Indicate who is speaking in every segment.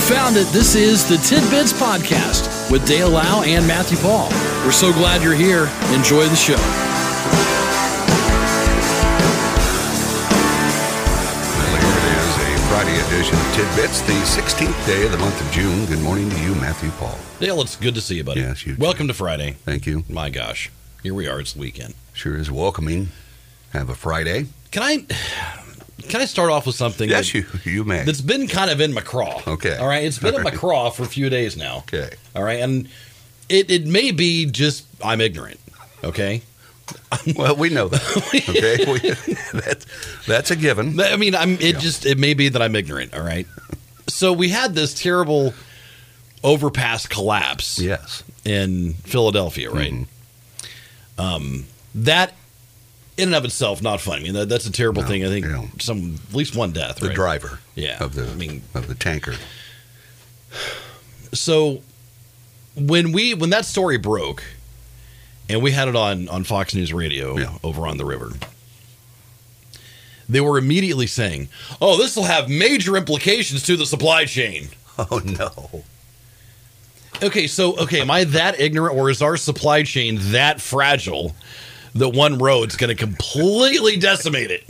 Speaker 1: found it. This is the Tidbits Podcast with Dale Lau and Matthew Paul. We're so glad you're here. Enjoy the show.
Speaker 2: It is a Friday edition of Tidbits, the 16th day of the month of June. Good morning to you, Matthew Paul.
Speaker 3: Dale, it's good to see you, buddy.
Speaker 2: Yes, you too.
Speaker 3: Welcome to Friday.
Speaker 2: Thank you.
Speaker 3: My gosh, here we are. It's the weekend.
Speaker 2: Sure is welcoming. Have a Friday.
Speaker 3: Can I? Can I start off with something?
Speaker 2: Yes,
Speaker 3: that,
Speaker 2: you you may.
Speaker 3: That's been kind of in my craw.
Speaker 2: Okay.
Speaker 3: All right. It's been
Speaker 2: All
Speaker 3: in my
Speaker 2: right.
Speaker 3: craw for a few days now.
Speaker 2: Okay.
Speaker 3: All right. And it it may be just I'm ignorant. Okay.
Speaker 2: Well, we know that. Okay, we, that's that's a given.
Speaker 3: I mean, I'm. It
Speaker 2: Yeah.
Speaker 3: just it may be that I'm ignorant. All right. So we had this terrible overpass collapse.
Speaker 2: Yes.
Speaker 3: in Philadelphia, right? Um,
Speaker 2: Mm-hmm.
Speaker 3: that in and of itself not funny. I mean, that, that's a terrible
Speaker 2: No,
Speaker 3: thing. I think
Speaker 2: yeah.
Speaker 3: some at least one death.
Speaker 2: The
Speaker 3: right?
Speaker 2: driver.
Speaker 3: Yeah,
Speaker 2: Of the
Speaker 3: I mean-
Speaker 2: of the tanker.
Speaker 3: So when we when that story broke, and we had it on on Fox News Radio
Speaker 2: Yeah.
Speaker 3: over on the river. They were immediately saying, "Oh, this will have major implications to the supply chain."
Speaker 2: Oh no.
Speaker 3: Okay, so okay, am I that ignorant, or is our supply chain that fragile that one road's going to completely decimate it?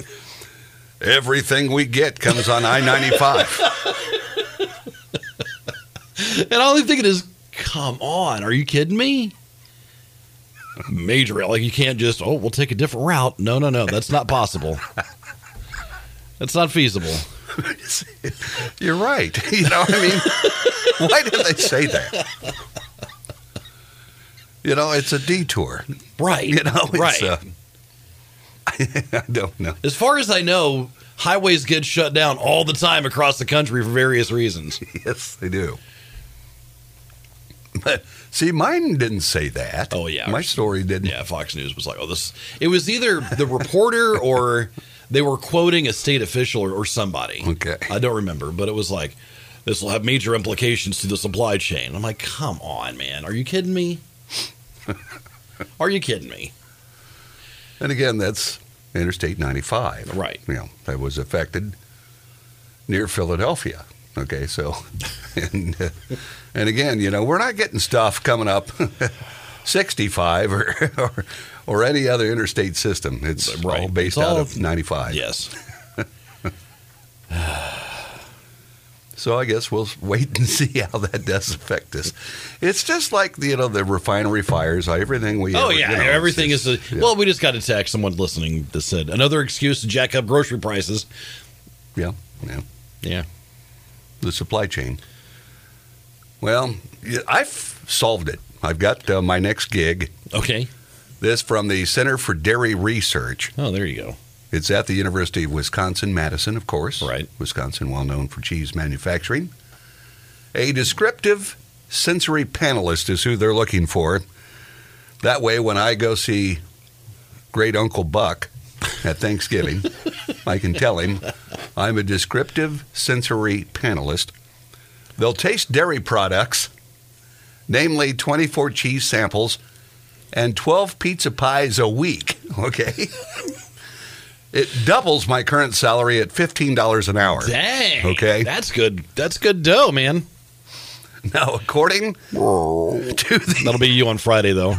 Speaker 2: Everything we get comes on I ninety five.
Speaker 3: And all I'm thinking is, come on, are you kidding me? Major, like you can't just oh, we'll take a different route. No, no, no, that's not possible. That's not feasible.
Speaker 2: You're right. You know, I mean, why did they say that? You know, it's a detour.
Speaker 3: Right,
Speaker 2: You know,
Speaker 3: right.
Speaker 2: it's, uh, I don't know.
Speaker 3: as far as I know, highways get shut down all the time across the country for various reasons.
Speaker 2: Yes, they do. But see, mine didn't say that.
Speaker 3: Oh, yeah.
Speaker 2: my story didn't.
Speaker 3: Yeah, Fox News was like, "Oh, this." It was either the reporter or they were quoting a state official or, or somebody.
Speaker 2: Okay.
Speaker 3: I don't remember, but it was like, "This will have major implications to the supply chain." I'm like, "Come on, man, are you kidding me? Are you kidding me?"
Speaker 2: And again, that's Interstate 95.
Speaker 3: Right.
Speaker 2: You know, that was affected near Philadelphia. Okay, so, and, uh, and again, you know, we're not getting stuff coming up 65 or, or, or any other interstate system. It's
Speaker 3: Right.
Speaker 2: all
Speaker 3: It's
Speaker 2: based out
Speaker 3: all-
Speaker 2: of 95.
Speaker 3: Yes,
Speaker 2: So I guess we'll wait and see how that does affect us. It's just like you know the refinery fires, uh, everything we.
Speaker 3: Oh
Speaker 2: ever-
Speaker 3: yeah,
Speaker 2: you know, it's
Speaker 3: everything
Speaker 2: just-
Speaker 3: is. A,
Speaker 2: yeah.
Speaker 3: Well, we just got a text. Someone listening that said another excuse to jack up grocery prices.
Speaker 2: yeah, yeah,
Speaker 3: Yeah,
Speaker 2: the supply chain. Well, yeah, I've solved it. I've got uh, my next gig.
Speaker 3: okay.
Speaker 2: This from the Center for Dairy Research.
Speaker 3: Oh, there you go.
Speaker 2: It's at the University of Wisconsin Madison, of course.
Speaker 3: Right.
Speaker 2: Wisconsin, well known for cheese manufacturing. A descriptive sensory panelist is who they're looking for. That way, when I go see great Uncle Buck at Thanksgiving, I can tell him I'm a descriptive sensory panelist. They'll taste dairy products, namely 24 cheese samples and 12 pizza pies a week. Okay. It doubles my current salary at $15 an hour.
Speaker 3: Dang.
Speaker 2: Okay.
Speaker 3: That's good. That's good dough, man.
Speaker 2: Now, according to the
Speaker 3: That'll be you on Friday, though.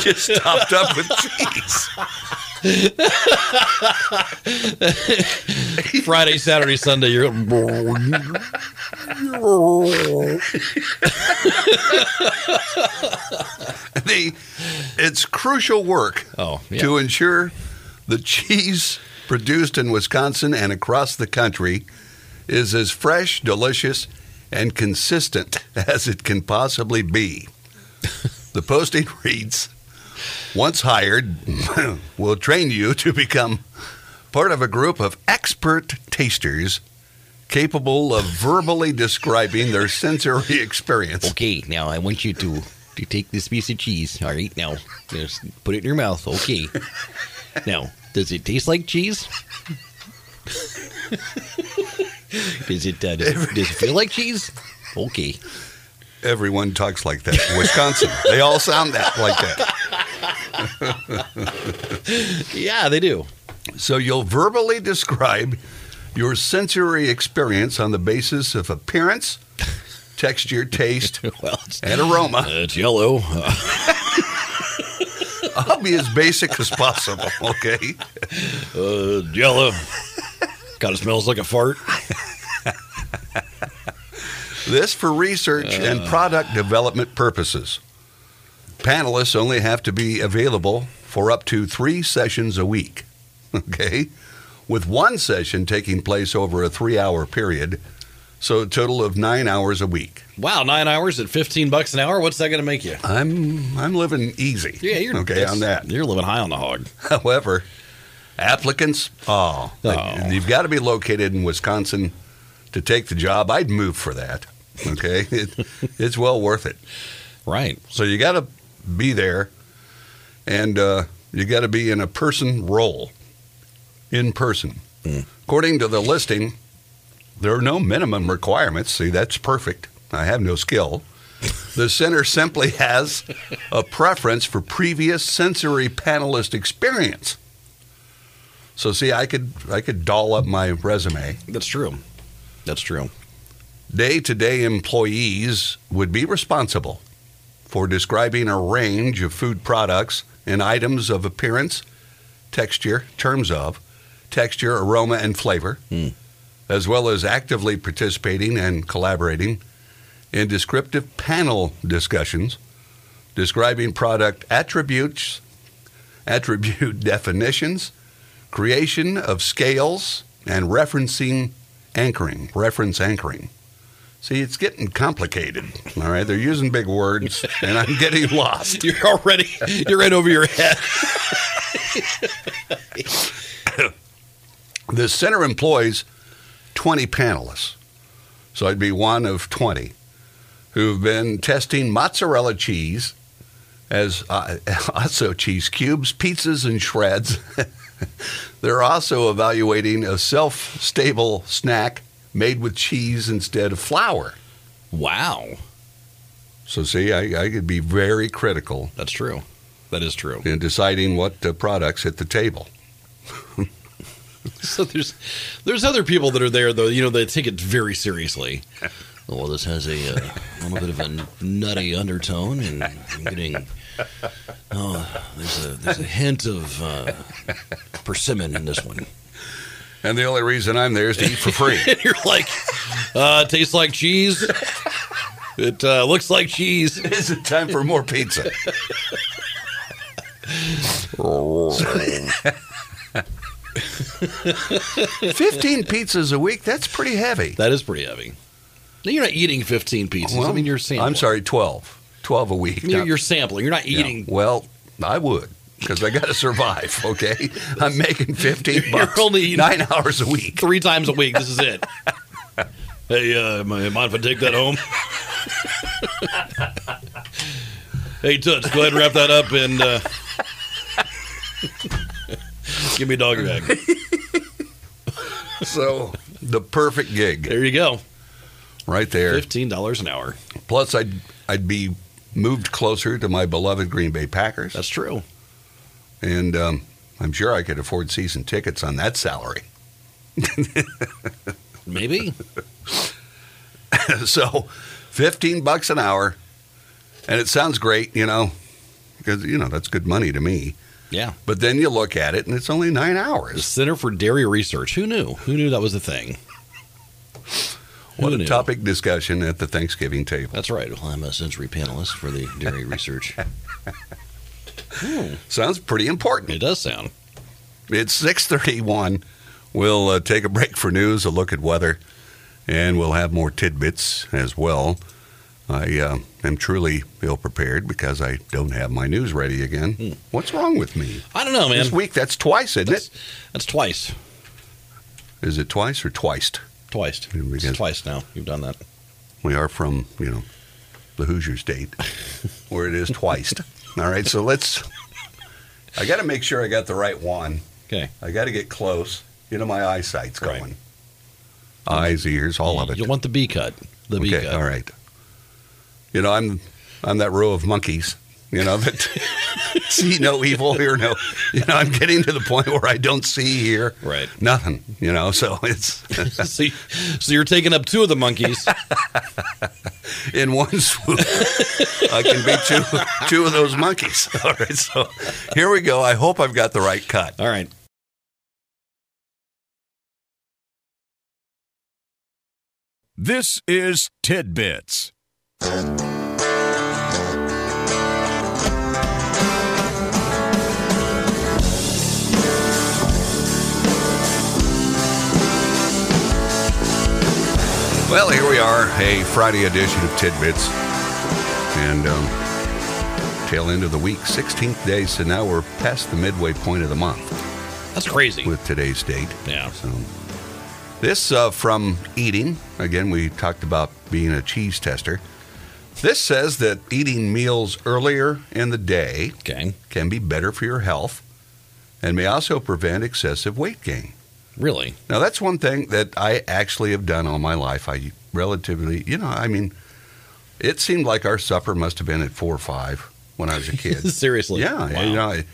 Speaker 2: just topped up with cheese.
Speaker 3: Friday, Saturday, Sunday. You're
Speaker 2: The, it's crucial work
Speaker 3: oh yeah.
Speaker 2: to ensure the cheese produced in Wisconsin and across the country is as fresh, delicious, and consistent as it can possibly be. The posting reads Once hired, we'll train you to become part of a group of expert tasters capable of verbally describing their sensory experience.
Speaker 4: Okay, now I want you to to take this piece of cheese. All right, now just put it in your mouth. Okay. Now, does it taste like cheese? does it uh, does, it- does it feel like cheese? Okay.
Speaker 2: Everyone talks like that. in Wisconsin, they all sound that like that.
Speaker 3: yeah, they do.
Speaker 2: So you'll verbally describe Your sensory experience on the basis of appearance, texture, taste,
Speaker 3: Well, it's,
Speaker 4: uh,
Speaker 2: and aroma.
Speaker 3: it's yellow.
Speaker 2: I'll be as basic as possible, okay?
Speaker 3: Uh, yellow. kind of smells like a fart.
Speaker 2: This for research and
Speaker 3: Uh.
Speaker 2: product development purposes. Panelists only have to be available for up to three sessions a week, okay? With one session taking place over a three hour period, so a total of nine hours a week.
Speaker 3: Wow, nine hours at 15 bucks an hour. What's that going to make you?
Speaker 2: I'm I'm living easy.
Speaker 3: Yeah, you're
Speaker 2: okay on
Speaker 3: that's-
Speaker 2: that.
Speaker 3: You're living high on the hog.
Speaker 2: However, applicants, oh,
Speaker 3: Oh.
Speaker 2: you've got to be located in Wisconsin to take the job. I'd move for that. Okay, it, it's well worth it.
Speaker 3: Right.
Speaker 2: So you got to be there, and uh, you got to be in a person role, in person. According to the listing, there are no minimum requirements. See, that's perfect. I have no skill. The center simply has a preference for previous sensory panelist experience. So see, I could I could doll up my resume
Speaker 3: That's true. That's true.
Speaker 2: Day to day employees would be responsible for describing a range of food products and items of appearance, texture, terms of, texture, aroma, and flavor,
Speaker 3: Hmm.
Speaker 2: as well as actively participating and collaborating in descriptive panel discussions describing product attributes, attribute definitions, creation of scales, and referencing anchoring, reference anchoring. See, it's getting complicated. All right, they're using big words, and I'm getting lost.
Speaker 3: You're already, you're right over your head.
Speaker 2: The center employs 20 panelists, so I'd be one of 20 who've been testing mozzarella cheese as uh, also cheese cubes, pizzas, and shreds. They're also evaluating a self stable snack made with cheese instead of flour.
Speaker 3: Wow.
Speaker 2: So, see, I, I could be very critical
Speaker 3: That's true. That is true.
Speaker 2: in deciding what uh, products hit the table.
Speaker 3: So there's there's other people that are there though. You know they take it very seriously.
Speaker 4: Well, this has a, uh, little bit of a nutty undertone, and I'm getting. Oh, there's a there's a hint of uh, persimmon in this one.
Speaker 2: And the only reason I'm there is to eat for free.
Speaker 3: And you're like, uh, it tastes like cheese. It uh, looks like cheese.
Speaker 2: Is it time for more pizza? Fifteen pizzas a week—that's pretty heavy.
Speaker 3: That is pretty heavy. Now you're not eating 15 pieces. I mean you're sampling.
Speaker 2: I'm sorry, twelve. Twelve a week.
Speaker 3: You're,
Speaker 2: Not-
Speaker 3: you're sampling. You're not
Speaker 2: yeah.
Speaker 3: eating.
Speaker 2: Well, I would because I got to survive. Okay, I'm making fifteen
Speaker 3: You're
Speaker 2: bucks,
Speaker 3: only eating-
Speaker 2: nine hours a week.
Speaker 3: Three times a week. This is it. hey, uh, mind if I take that home? hey, Toots, go ahead and wrap that up and uh, give me a doggy bag.
Speaker 2: So the perfect gig,
Speaker 3: There you go.
Speaker 2: right there.
Speaker 3: $15 an hour.
Speaker 2: Plus, I'd I'd be moved closer to my beloved Green Bay Packers.
Speaker 3: That's true.
Speaker 2: and um, I'm sure I could afford season tickets on that salary.
Speaker 3: Maybe.
Speaker 2: so, fifteen bucks an hour, and it sounds great, you know, because you know that's good money to me.
Speaker 3: Yeah.
Speaker 2: But then you look at it, and it's only nine
Speaker 3: The
Speaker 2: hours.
Speaker 3: Center for Dairy Research. Who knew? Who knew that was a thing? Who
Speaker 2: What a
Speaker 3: knew?
Speaker 2: topic discussion at the Thanksgiving table.
Speaker 3: That's right.
Speaker 4: Well, I'm a sensory panelist for the dairy research.
Speaker 2: Sounds pretty
Speaker 3: It
Speaker 2: important.
Speaker 3: does sound.
Speaker 2: It's six thirty-one. We'll uh, take a break for news, a look at weather, and we'll have more tidbits as well. I uh, am truly ill prepared because I don't have my news ready again. What's wrong with me?
Speaker 3: I don't know, Hmm. man.
Speaker 2: This week, that's twice, isn't
Speaker 3: That's,
Speaker 2: it?
Speaker 3: that's twice.
Speaker 2: Is it twice or twiced?
Speaker 3: Twice.
Speaker 2: Here we
Speaker 3: It's
Speaker 2: go.
Speaker 3: twice now. You've done that.
Speaker 2: We are from, you know, the Hoosier state where it is twiced. All right, so let's. I got to make sure I got the right one.
Speaker 3: Okay.
Speaker 2: I got to get close. You know, my eyesight's
Speaker 3: Right.
Speaker 2: going. Eyes, ears, all of it.
Speaker 3: You'll want the B cut. The B
Speaker 2: okay,
Speaker 3: cut.
Speaker 2: all right. You know, I'm I'm that row of monkeys. You know that see no evil, hear no. You know, I'm getting to the point where I don't see, hear,
Speaker 3: Right.
Speaker 2: nothing. You know, so it's
Speaker 3: so, you- so you're taking up two of the monkeys.
Speaker 2: in one swoop. I can be two two of those monkeys. All right, so here we go. I hope I've got the right cut.
Speaker 3: All right.
Speaker 5: This is Tidbits.
Speaker 2: Well, here we are, a Friday edition of Tidbits, and um, tail end of the week, 16th day. So now we're past the midway point of the month
Speaker 3: That's crazy.
Speaker 2: with today's date.
Speaker 3: Yeah.
Speaker 2: So this uh, from eating again. We talked about being a cheese tester. This says that eating meals earlier in the day
Speaker 3: Okay.
Speaker 2: can be better for your health and may also prevent excessive weight gain.
Speaker 3: Really?
Speaker 2: Now that's one thing that I actually have done all my life. I relatively, you know, I mean, it seemed like our supper must have been at four or five when I was a kid.
Speaker 3: Seriously?
Speaker 2: yeah,
Speaker 3: Wow.
Speaker 2: you know, I,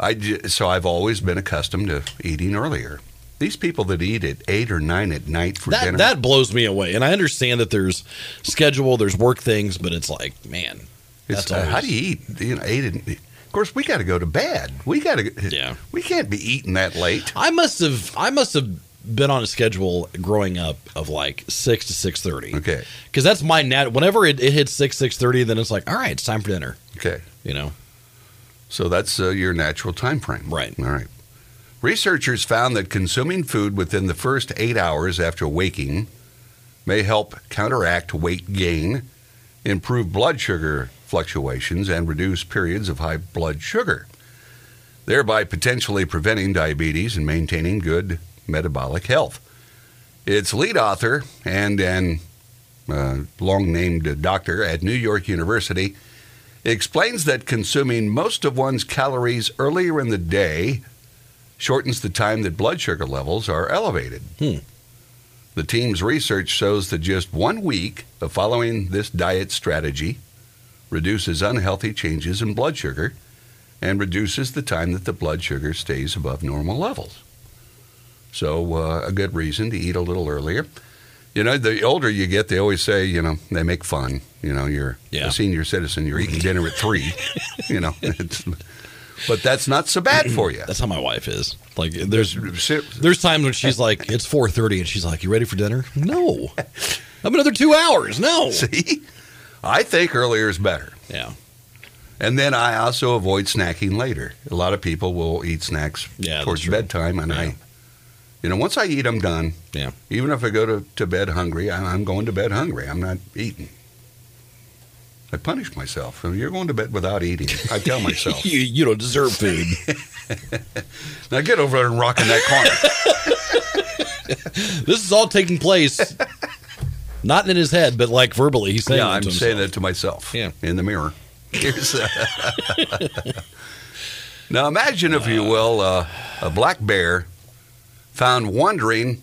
Speaker 2: I ju- so I've always been accustomed to eating earlier. These people that eat at eight or nine at night for
Speaker 3: that
Speaker 2: dinner,
Speaker 3: that blows me away. And I understand that there's schedule, there's work things, but it's like, man,
Speaker 2: it's,
Speaker 3: that's
Speaker 2: uh,
Speaker 3: always,
Speaker 2: how do you eat? You know, eight. And, of course, we got to go to bed. We got to.
Speaker 3: Yeah.
Speaker 2: we can't be eating that late.
Speaker 3: I must have I must have been on a schedule growing up of like six to six thirty.
Speaker 2: Okay.
Speaker 3: Because that's my nat. Whenever it, it hits six six thirty, then it's like, all right, it's time for dinner.
Speaker 2: Okay.
Speaker 3: You know,
Speaker 2: So that's uh, your natural time frame.
Speaker 3: Right.
Speaker 2: All right. Researchers found that consuming food within the first eight hours after waking may help counteract weight gain, improve blood sugar fluctuations, and reduce periods of high blood sugar, thereby potentially preventing diabetes and maintaining good metabolic health. Its lead author and an uh, long named doctor at New York University explains that consuming most of one's calories earlier in the day shortens the time that blood sugar levels are elevated.
Speaker 3: Hmm.
Speaker 2: The team's research shows that just one week of following this diet strategy reduces unhealthy changes in blood sugar and reduces the time that the blood sugar stays above normal levels. So, uh, a good reason to eat a little earlier. You know, the older you get, they always say, you know, they make fun. You know, you're
Speaker 3: Yeah.
Speaker 2: a senior citizen, you're eating dinner at three. you know, it's, but that's not so bad for you.
Speaker 3: that's how my wife is. Like, there's
Speaker 2: Sit-
Speaker 3: there's times when she's like, it's four thirty, and she's like, you ready for dinner? No, I'm another two hours. No.
Speaker 2: See, I think earlier is better.
Speaker 3: Yeah.
Speaker 2: And then I also avoid snacking later. A lot of people will eat snacks
Speaker 3: Yeah, that's
Speaker 2: towards
Speaker 3: true.
Speaker 2: bedtime, and
Speaker 3: Yeah.
Speaker 2: I, you know, once I eat, I'm done.
Speaker 3: Yeah.
Speaker 2: Even if I go to, to bed hungry, I'm, I'm going to bed hungry. I'm not eating. I punish myself. You're going to bed without eating. I tell myself.
Speaker 3: You you don't deserve food.
Speaker 2: now get over there and rock in that corner.
Speaker 3: this is all taking place, not in his head, but like verbally. He's saying.
Speaker 2: yeah,
Speaker 3: it
Speaker 2: I'm
Speaker 3: to
Speaker 2: saying
Speaker 3: himself.
Speaker 2: that to myself.
Speaker 3: Yeah.
Speaker 2: In the mirror. Here's, uh, now imagine, if you will, uh, a black bear found wandering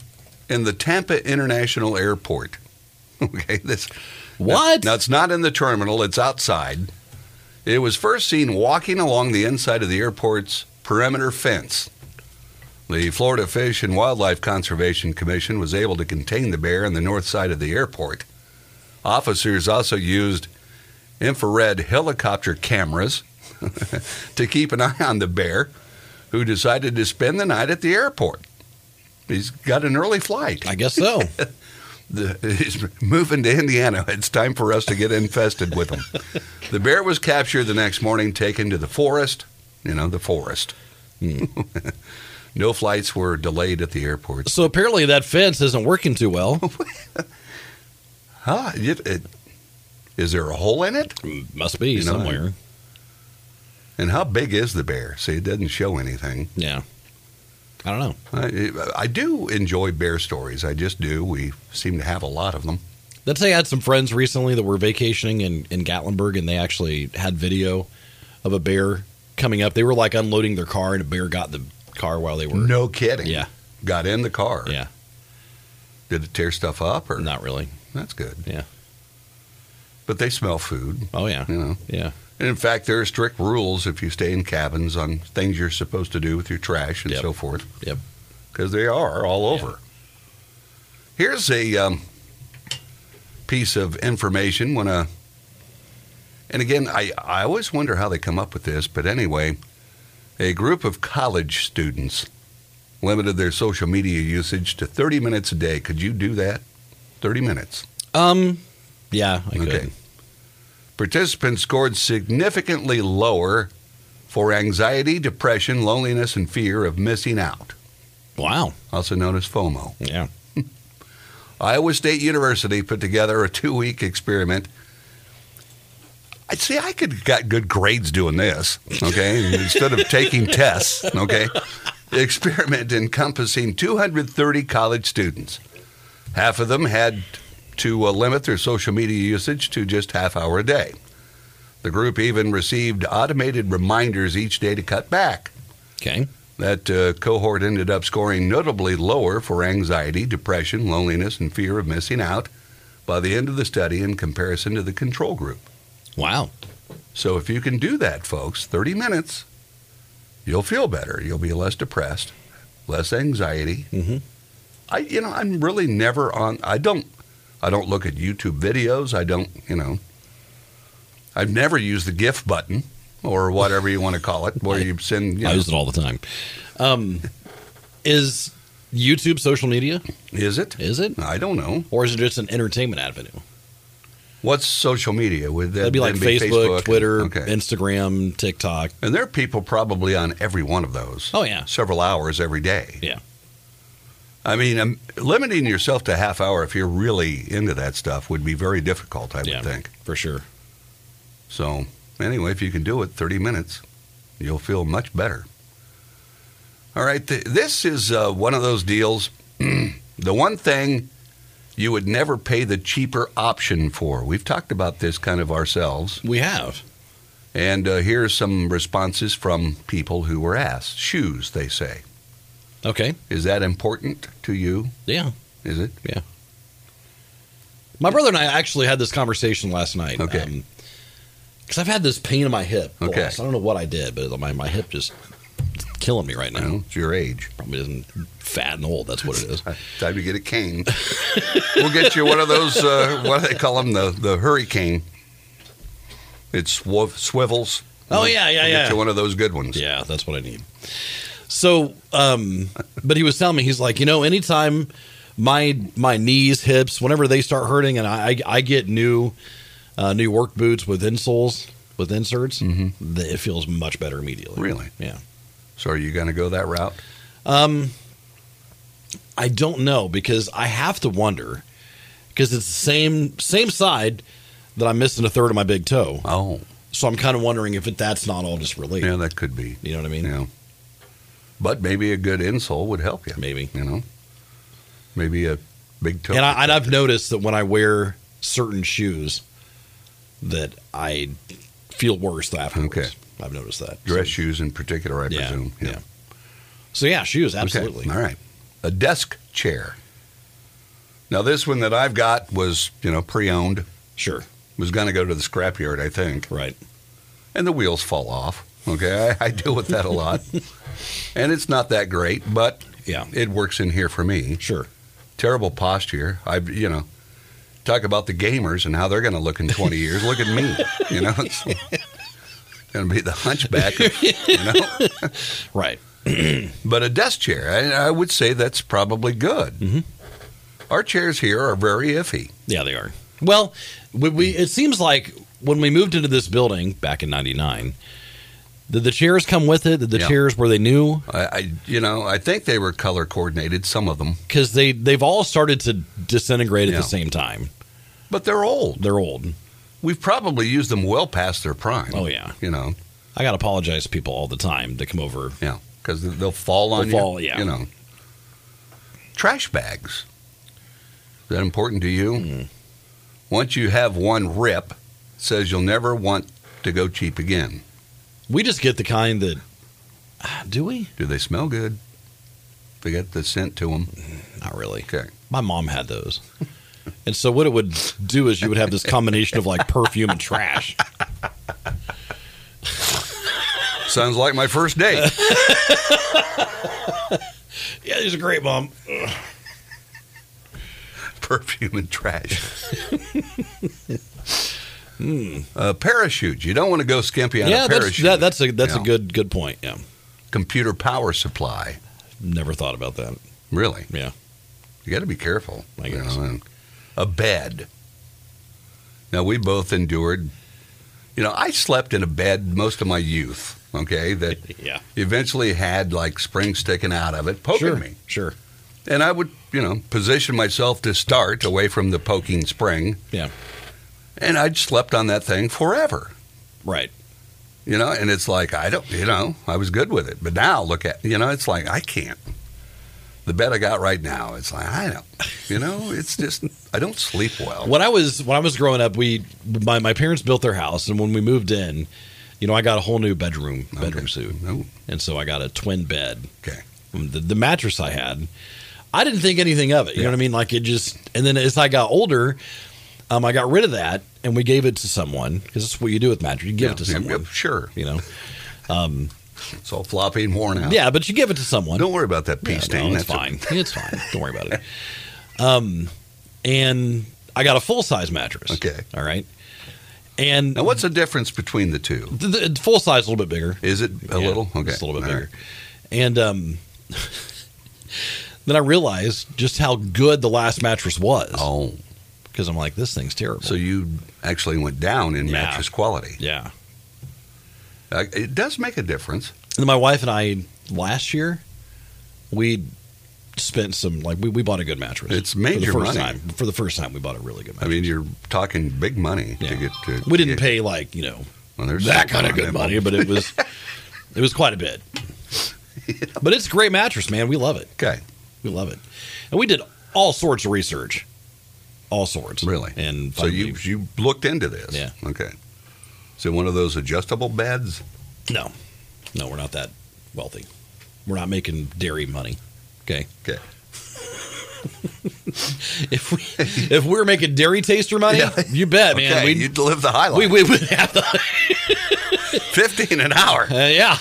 Speaker 2: in the Tampa International Airport. Okay, this
Speaker 3: What?
Speaker 2: Now, it's not in the terminal, it's outside. It was first seen walking along the inside of the airport's perimeter fence. The Florida Fish and Wildlife Conservation Commission was able to contain the bear on the north side of the airport. Officers also used infrared helicopter cameras to keep an eye on the bear, who decided to spend the night at the airport. He's got an early flight
Speaker 3: I guess so.
Speaker 2: the, he's moving to Indiana. It's time for us to get infested with him. the bear was captured the next morning, taken to the forest. You know, the forest. Hmm. no flights were delayed at the airport.
Speaker 3: So apparently that fence isn't working too well.
Speaker 2: Huh? It, it, is there a hole in it?
Speaker 3: Must be
Speaker 2: You know,
Speaker 3: somewhere.
Speaker 2: And how big is the bear? See, it doesn't show anything.
Speaker 3: yeah. I don't know.
Speaker 2: I, I do enjoy bear stories. I just do. We seem to have a lot of them.
Speaker 3: Let's say I had some friends recently that were vacationing in, in Gatlinburg and they actually had video of a bear coming up. They were like unloading their car and a bear got in the car while they were.
Speaker 2: No kidding.
Speaker 3: Yeah.
Speaker 2: Got in the car.
Speaker 3: Yeah.
Speaker 2: Did it tear stuff up
Speaker 3: Mm.
Speaker 2: or
Speaker 3: Not really.
Speaker 2: That's good.
Speaker 3: Yeah.
Speaker 2: But they smell food.
Speaker 3: Oh, yeah.
Speaker 2: You know.
Speaker 3: Yeah.
Speaker 2: And in fact, there are strict rules if you stay in cabins on things you're supposed to do with your trash and
Speaker 3: Yep.
Speaker 2: so forth.
Speaker 3: Yep.
Speaker 2: Because they are all over. Here's a um, piece of information when a, and again, I, I always wonder how they come up with this, but anyway, a group of college students limited their social media usage to 30 minutes a day. Could you do that? 30 minutes.
Speaker 3: Um, yeah, I could.
Speaker 2: Participants scored significantly lower for anxiety, depression, loneliness, and fear of missing out,
Speaker 3: Wow.
Speaker 2: also known as FOMO.
Speaker 3: Yeah.
Speaker 2: Iowa State University put together a two week experiment. I'd say I could have got good grades doing this, okay, instead of taking tests, okay. The experiment encompassing 230 college students. Half of them had to uh, limit their social media usage to just half hour a day. The group even received automated reminders each day to cut back.
Speaker 3: Okay.
Speaker 2: That uh, cohort ended up scoring notably lower for anxiety, depression, loneliness, and fear of missing out by the end of the study in comparison to the control group.
Speaker 3: Wow.
Speaker 2: So, if you can do that, folks, 30 minutes, you'll feel better. You'll be less depressed, less anxiety.
Speaker 3: Mhm.
Speaker 2: I, you know, I'm really never on. I don't, I don't look at YouTube videos. I don't, you know, I've never used the GIF button or whatever you want to call it, where you send. You
Speaker 3: I
Speaker 2: know,
Speaker 3: use it all the time. Um, is YouTube social media?
Speaker 2: is it?
Speaker 3: Is it?
Speaker 2: I don't know.
Speaker 3: Or is it just an entertainment avenue?
Speaker 2: What's social media? Would that
Speaker 3: That'd be like
Speaker 2: then
Speaker 3: Facebook, Twitter,
Speaker 2: Okay. And,
Speaker 3: Instagram, TikTok.
Speaker 2: there are people probably on every one of those,
Speaker 3: Oh yeah.
Speaker 2: several hours every day.
Speaker 3: Yeah.
Speaker 2: I mean, um, limiting yourself to half hour if you're really into that stuff would be very difficult, I would
Speaker 3: Yeah.
Speaker 2: think.
Speaker 3: For sure.
Speaker 2: So, anyway, if you can do it 30 minutes, you'll feel much better. All right, th- this is uh, one of those deals. the one thing you would never pay the cheaper option for. We've talked about this kind of ourselves.
Speaker 3: We have.
Speaker 2: And uh, here are some responses from people who were asked. Shoes, they say.
Speaker 3: Okay.
Speaker 2: Is that important to you?
Speaker 3: Yeah.
Speaker 2: Is it?
Speaker 3: My brother and I actually had this conversation last night.
Speaker 2: Okay.
Speaker 3: because I've had this pain in my hip. the
Speaker 2: Okay.
Speaker 3: last- I don't know what I did, but my, my hip just it's killing me right now.
Speaker 2: No, it's your age.
Speaker 3: Probably isn't fat and old. That's what it is.
Speaker 2: Time to get a cane. we'll get you one of those. Uh, what do they call them? The the hurricane. It swiv- swivels.
Speaker 3: Oh, yeah, yeah,
Speaker 2: we'll
Speaker 3: yeah.
Speaker 2: Get you one of those good ones.
Speaker 3: Yeah, that's what I need. So, um, but he was telling me he's like, you know, anytime my my knees, hips, whenever they start hurting, and I I, I get new uh, new work boots with insoles with inserts, th- it feels much better immediately.
Speaker 2: Mm-hmm. Really?
Speaker 3: Yeah.
Speaker 2: So are you going to go that route?
Speaker 3: Um, I don't know because I have to wonder because it's the same same side that I'm missing a third of my big toe,
Speaker 2: Oh,
Speaker 3: so I'm kind of wondering if it, that's not all just related.
Speaker 2: yeah, that could be.
Speaker 3: You know what I mean?
Speaker 2: You know, but maybe a good insole would help you.
Speaker 3: Maybe.
Speaker 2: You know, maybe a big toe.
Speaker 3: And, I, and I've noticed that when I wear certain shoes, that I feel worse afterwards.
Speaker 2: Okay.
Speaker 3: I've noticed that.
Speaker 2: dress shoes in particular, I
Speaker 3: Yeah,
Speaker 2: presume.
Speaker 3: yeah. So yeah, shoes
Speaker 2: Okay,
Speaker 3: absolutely.
Speaker 2: All right. A desk chair. Now, this one that I've got was, you know, pre owned,
Speaker 3: Sure.
Speaker 2: was going to go to the scrapyard, I think,
Speaker 3: Right.
Speaker 2: and the wheels fall off. Okay. I, I deal with that a lot. and it's not that great, but
Speaker 3: Yeah.
Speaker 2: it works in here for me.
Speaker 3: Sure.
Speaker 2: Terrible posture. I, you know, talk about the gamers and how they're going to look in 20 years. Look at me. You know, it's going to be the hunchback. You know?
Speaker 3: Right.
Speaker 2: but a desk chair. I, I would say that's probably good.
Speaker 3: Mhm.
Speaker 2: Our chairs here are very iffy.
Speaker 3: Yeah, they are. Well, we, we it seems like when we moved into this building back in '99, did the chairs come with it? Did the
Speaker 2: Yeah.
Speaker 3: chairs were they new?
Speaker 2: I, I, you know, I think they were color coordinated, some of them,
Speaker 3: Because they they've all started to disintegrate at
Speaker 2: Yeah.
Speaker 3: the same time.
Speaker 2: but they're old.
Speaker 3: They're old.
Speaker 2: We've probably used them well past their prime.
Speaker 3: Oh yeah,
Speaker 2: you know,
Speaker 3: I gotta apologize to people all the time that come over.
Speaker 2: yeah, because they'll fall on
Speaker 3: They'll
Speaker 2: you.
Speaker 3: fall, yeah.
Speaker 2: you know, trash bags. Is that important to you?
Speaker 3: Mm-hmm.
Speaker 2: Once you have one rip, it says you'll never want to go cheap again.
Speaker 3: We just get the kind that ah, do we?
Speaker 2: Do they smell good? They got the scent to them.
Speaker 3: Not really.
Speaker 2: Okay.
Speaker 3: My mom had those. And so what it would do is you would have this combination of like perfume and trash.
Speaker 2: Sounds like my first date.
Speaker 3: Yeah, he's a great mom.
Speaker 2: Perfume and trash. Uh, parachute. You don't want to go skimpy on
Speaker 3: Hmm. yeah,
Speaker 2: a
Speaker 3: that's
Speaker 2: parachute.
Speaker 3: that, that's a that's
Speaker 2: Yeah.
Speaker 3: a good good point. Yeah,
Speaker 2: Computer power supply.
Speaker 3: never thought about that.
Speaker 2: Really,
Speaker 3: Yeah,
Speaker 2: you got to be careful.
Speaker 3: I
Speaker 2: you
Speaker 3: guess.
Speaker 2: know, and a bed. Now we both endured. You know, I slept in a bed most of my youth. Okay, that
Speaker 3: yeah,
Speaker 2: eventually had like springs sticking out of it, poking
Speaker 3: sure,
Speaker 2: me.
Speaker 3: sure,
Speaker 2: And I would, you know, position myself to start away from the poking spring.
Speaker 3: Yeah.
Speaker 2: And I'd slept on that thing forever,
Speaker 3: right.
Speaker 2: you know, and it's like, I don't, you know, I was good with it. But now look at, you know, it's like, I can't. The bed I got right now, it's like, I don't, you know, it's just, I don't sleep well.
Speaker 3: When I was when I was growing up, we my my parents built their house, and when we moved in, you know, I got a whole new bedroom bedroom suit,
Speaker 2: No,
Speaker 3: and so I got a twin bed. Um,
Speaker 2: okay.
Speaker 3: the, the mattress I had, I didn't think anything of it. You know
Speaker 2: Yeah.
Speaker 3: what I mean? Like it just, and then as I got older, um, I got rid of that and we gave it to someone because that's what you do with mattress. You give it to
Speaker 2: Yeah,
Speaker 3: someone,
Speaker 2: yep, sure.
Speaker 3: you know? Um,
Speaker 2: It's all floppy and worn out.
Speaker 3: Yeah, but you give it to someone.
Speaker 2: Don't worry about that pee
Speaker 3: Yeah, no,
Speaker 2: stain.
Speaker 3: it's
Speaker 2: That's a-
Speaker 3: fine. It's fine. Don't worry about it. Um, and I got a full size mattress.
Speaker 2: Okay.
Speaker 3: All right. And
Speaker 2: now, what's the difference between the two?
Speaker 3: the, the full size a little bit bigger.
Speaker 2: Is it a
Speaker 3: Yeah,
Speaker 2: little? Okay.
Speaker 3: Just a little bit
Speaker 2: All right.
Speaker 3: bigger. And um, then I realized just how good the last mattress was.
Speaker 2: Oh,
Speaker 3: Because I'm like, this thing's terrible.
Speaker 2: so you actually went down in
Speaker 3: Yeah.
Speaker 2: mattress quality.
Speaker 3: yeah. And
Speaker 2: Uh, It does make a difference.
Speaker 3: then my wife and I last year, we spent some like we, we bought a good mattress.
Speaker 2: It's
Speaker 3: for the
Speaker 2: major
Speaker 3: first time.
Speaker 2: money.
Speaker 3: For the first time, we bought a really good
Speaker 2: I
Speaker 3: mattress.
Speaker 2: mean, you're talking big money to
Speaker 3: Yeah.
Speaker 2: get to.
Speaker 3: we didn't
Speaker 2: get-
Speaker 3: pay like you know
Speaker 2: well, there's
Speaker 3: that
Speaker 2: some
Speaker 3: kind of good
Speaker 2: them.
Speaker 3: money, but it was it was quite a bit. But it's a great mattress, man. We love it.
Speaker 2: Okay,
Speaker 3: We love it. And we did all sorts of research. All sorts.
Speaker 2: really.
Speaker 3: And
Speaker 2: so you
Speaker 3: finally-
Speaker 2: you looked into this.
Speaker 3: Yeah.
Speaker 2: Okay. So one of those adjustable beds.
Speaker 3: No. No, we're not that wealthy. We're not making dairy money. Okay.
Speaker 2: Okay.
Speaker 3: If we if we were making dairy taster money,
Speaker 2: Yeah.
Speaker 3: you bet, man.
Speaker 2: okay,
Speaker 3: we'd,
Speaker 2: you'd live the high
Speaker 3: we
Speaker 2: life.
Speaker 3: we would have the
Speaker 2: Fifteen an hour,
Speaker 3: uh, yeah.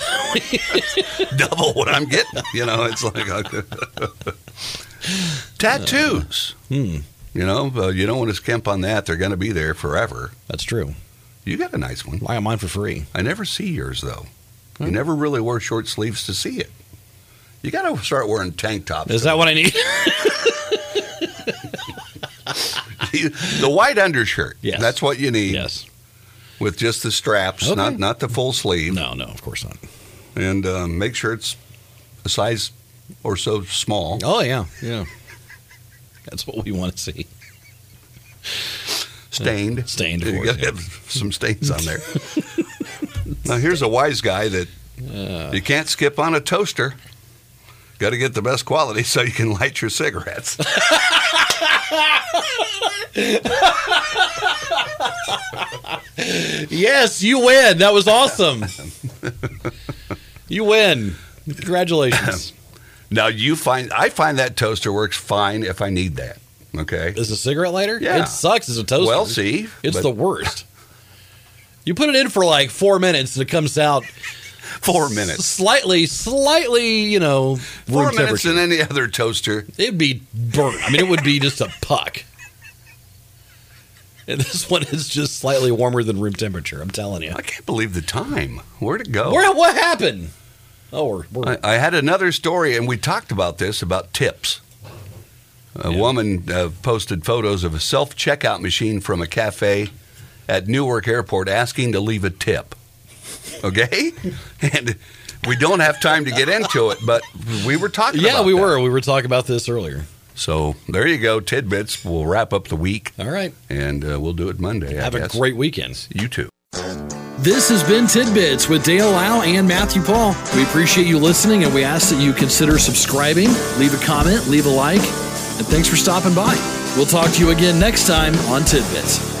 Speaker 2: double what I'm getting. You know, it's like okay. tattoos.
Speaker 3: Hmm.
Speaker 2: You know, uh, you don't want to skimp on that. They're going to be there forever.
Speaker 3: That's true.
Speaker 2: You got a nice one.
Speaker 3: I got mine for free.
Speaker 2: I never see yours though.
Speaker 3: Hmm?
Speaker 2: You never really wear short sleeves to see it. You got to start wearing tank tops.
Speaker 3: Is that what I need?
Speaker 2: the white undershirt.
Speaker 3: Yes.
Speaker 2: That's what you need
Speaker 3: yes.
Speaker 2: with just the straps,
Speaker 3: Okay.
Speaker 2: not not the full sleeve.
Speaker 3: No, no, of course not.
Speaker 2: And um, make sure it's a size or so small.
Speaker 3: Oh yeah. Yeah. That's what we want to see.
Speaker 2: Stained.
Speaker 3: Stained, of
Speaker 2: You
Speaker 3: course,
Speaker 2: got to
Speaker 3: yeah.
Speaker 2: have some stains on there. now, here's a wise guy that you can't skip on a toaster. Got to get the best quality so you can light your cigarettes.
Speaker 3: Yes, you win. That was awesome. you win. Congratulations.
Speaker 2: Now you find I find that toaster works fine if I need that. Okay.
Speaker 3: Is a cigarette lighter?
Speaker 2: Yeah.
Speaker 3: It sucks as a toaster.
Speaker 2: Well, see,
Speaker 3: It's
Speaker 2: but
Speaker 3: the worst. You put it in for like four minutes and it comes out
Speaker 2: four
Speaker 3: s-
Speaker 2: minutes.
Speaker 3: slightly, slightly, you know,
Speaker 2: Four
Speaker 3: room
Speaker 2: minutes
Speaker 3: temperature.
Speaker 2: than any other toaster.
Speaker 3: It'd be burnt. I mean, it would be just a puck. And this one is just slightly warmer than room temperature. I'm telling you.
Speaker 2: I can't believe the time. Where'd it go?
Speaker 3: Where, what happened? Oh, we're, we're
Speaker 2: Oh. I, I had another story, and we talked about this about tips. A woman uh, posted photos of a self checkout machine from a cafe at Newark Airport asking to leave a tip. Okay? and we don't have time to get into it, but we were talking
Speaker 3: yeah,
Speaker 2: about
Speaker 3: we
Speaker 2: that.
Speaker 3: were. We were talking about this earlier.
Speaker 2: So there you go. Tidbits. We'll wrap up the week
Speaker 3: All right.
Speaker 2: and uh, we'll do it Monday. I
Speaker 3: Have a
Speaker 2: guess.
Speaker 3: great weekend.
Speaker 2: You too.
Speaker 1: This has been Tidbits with Dale Lau and Matthew Paul. We appreciate you listening and we ask that you consider subscribing, leave a comment, leave a like, and thanks for stopping by. We'll talk to you again next time on Tidbits.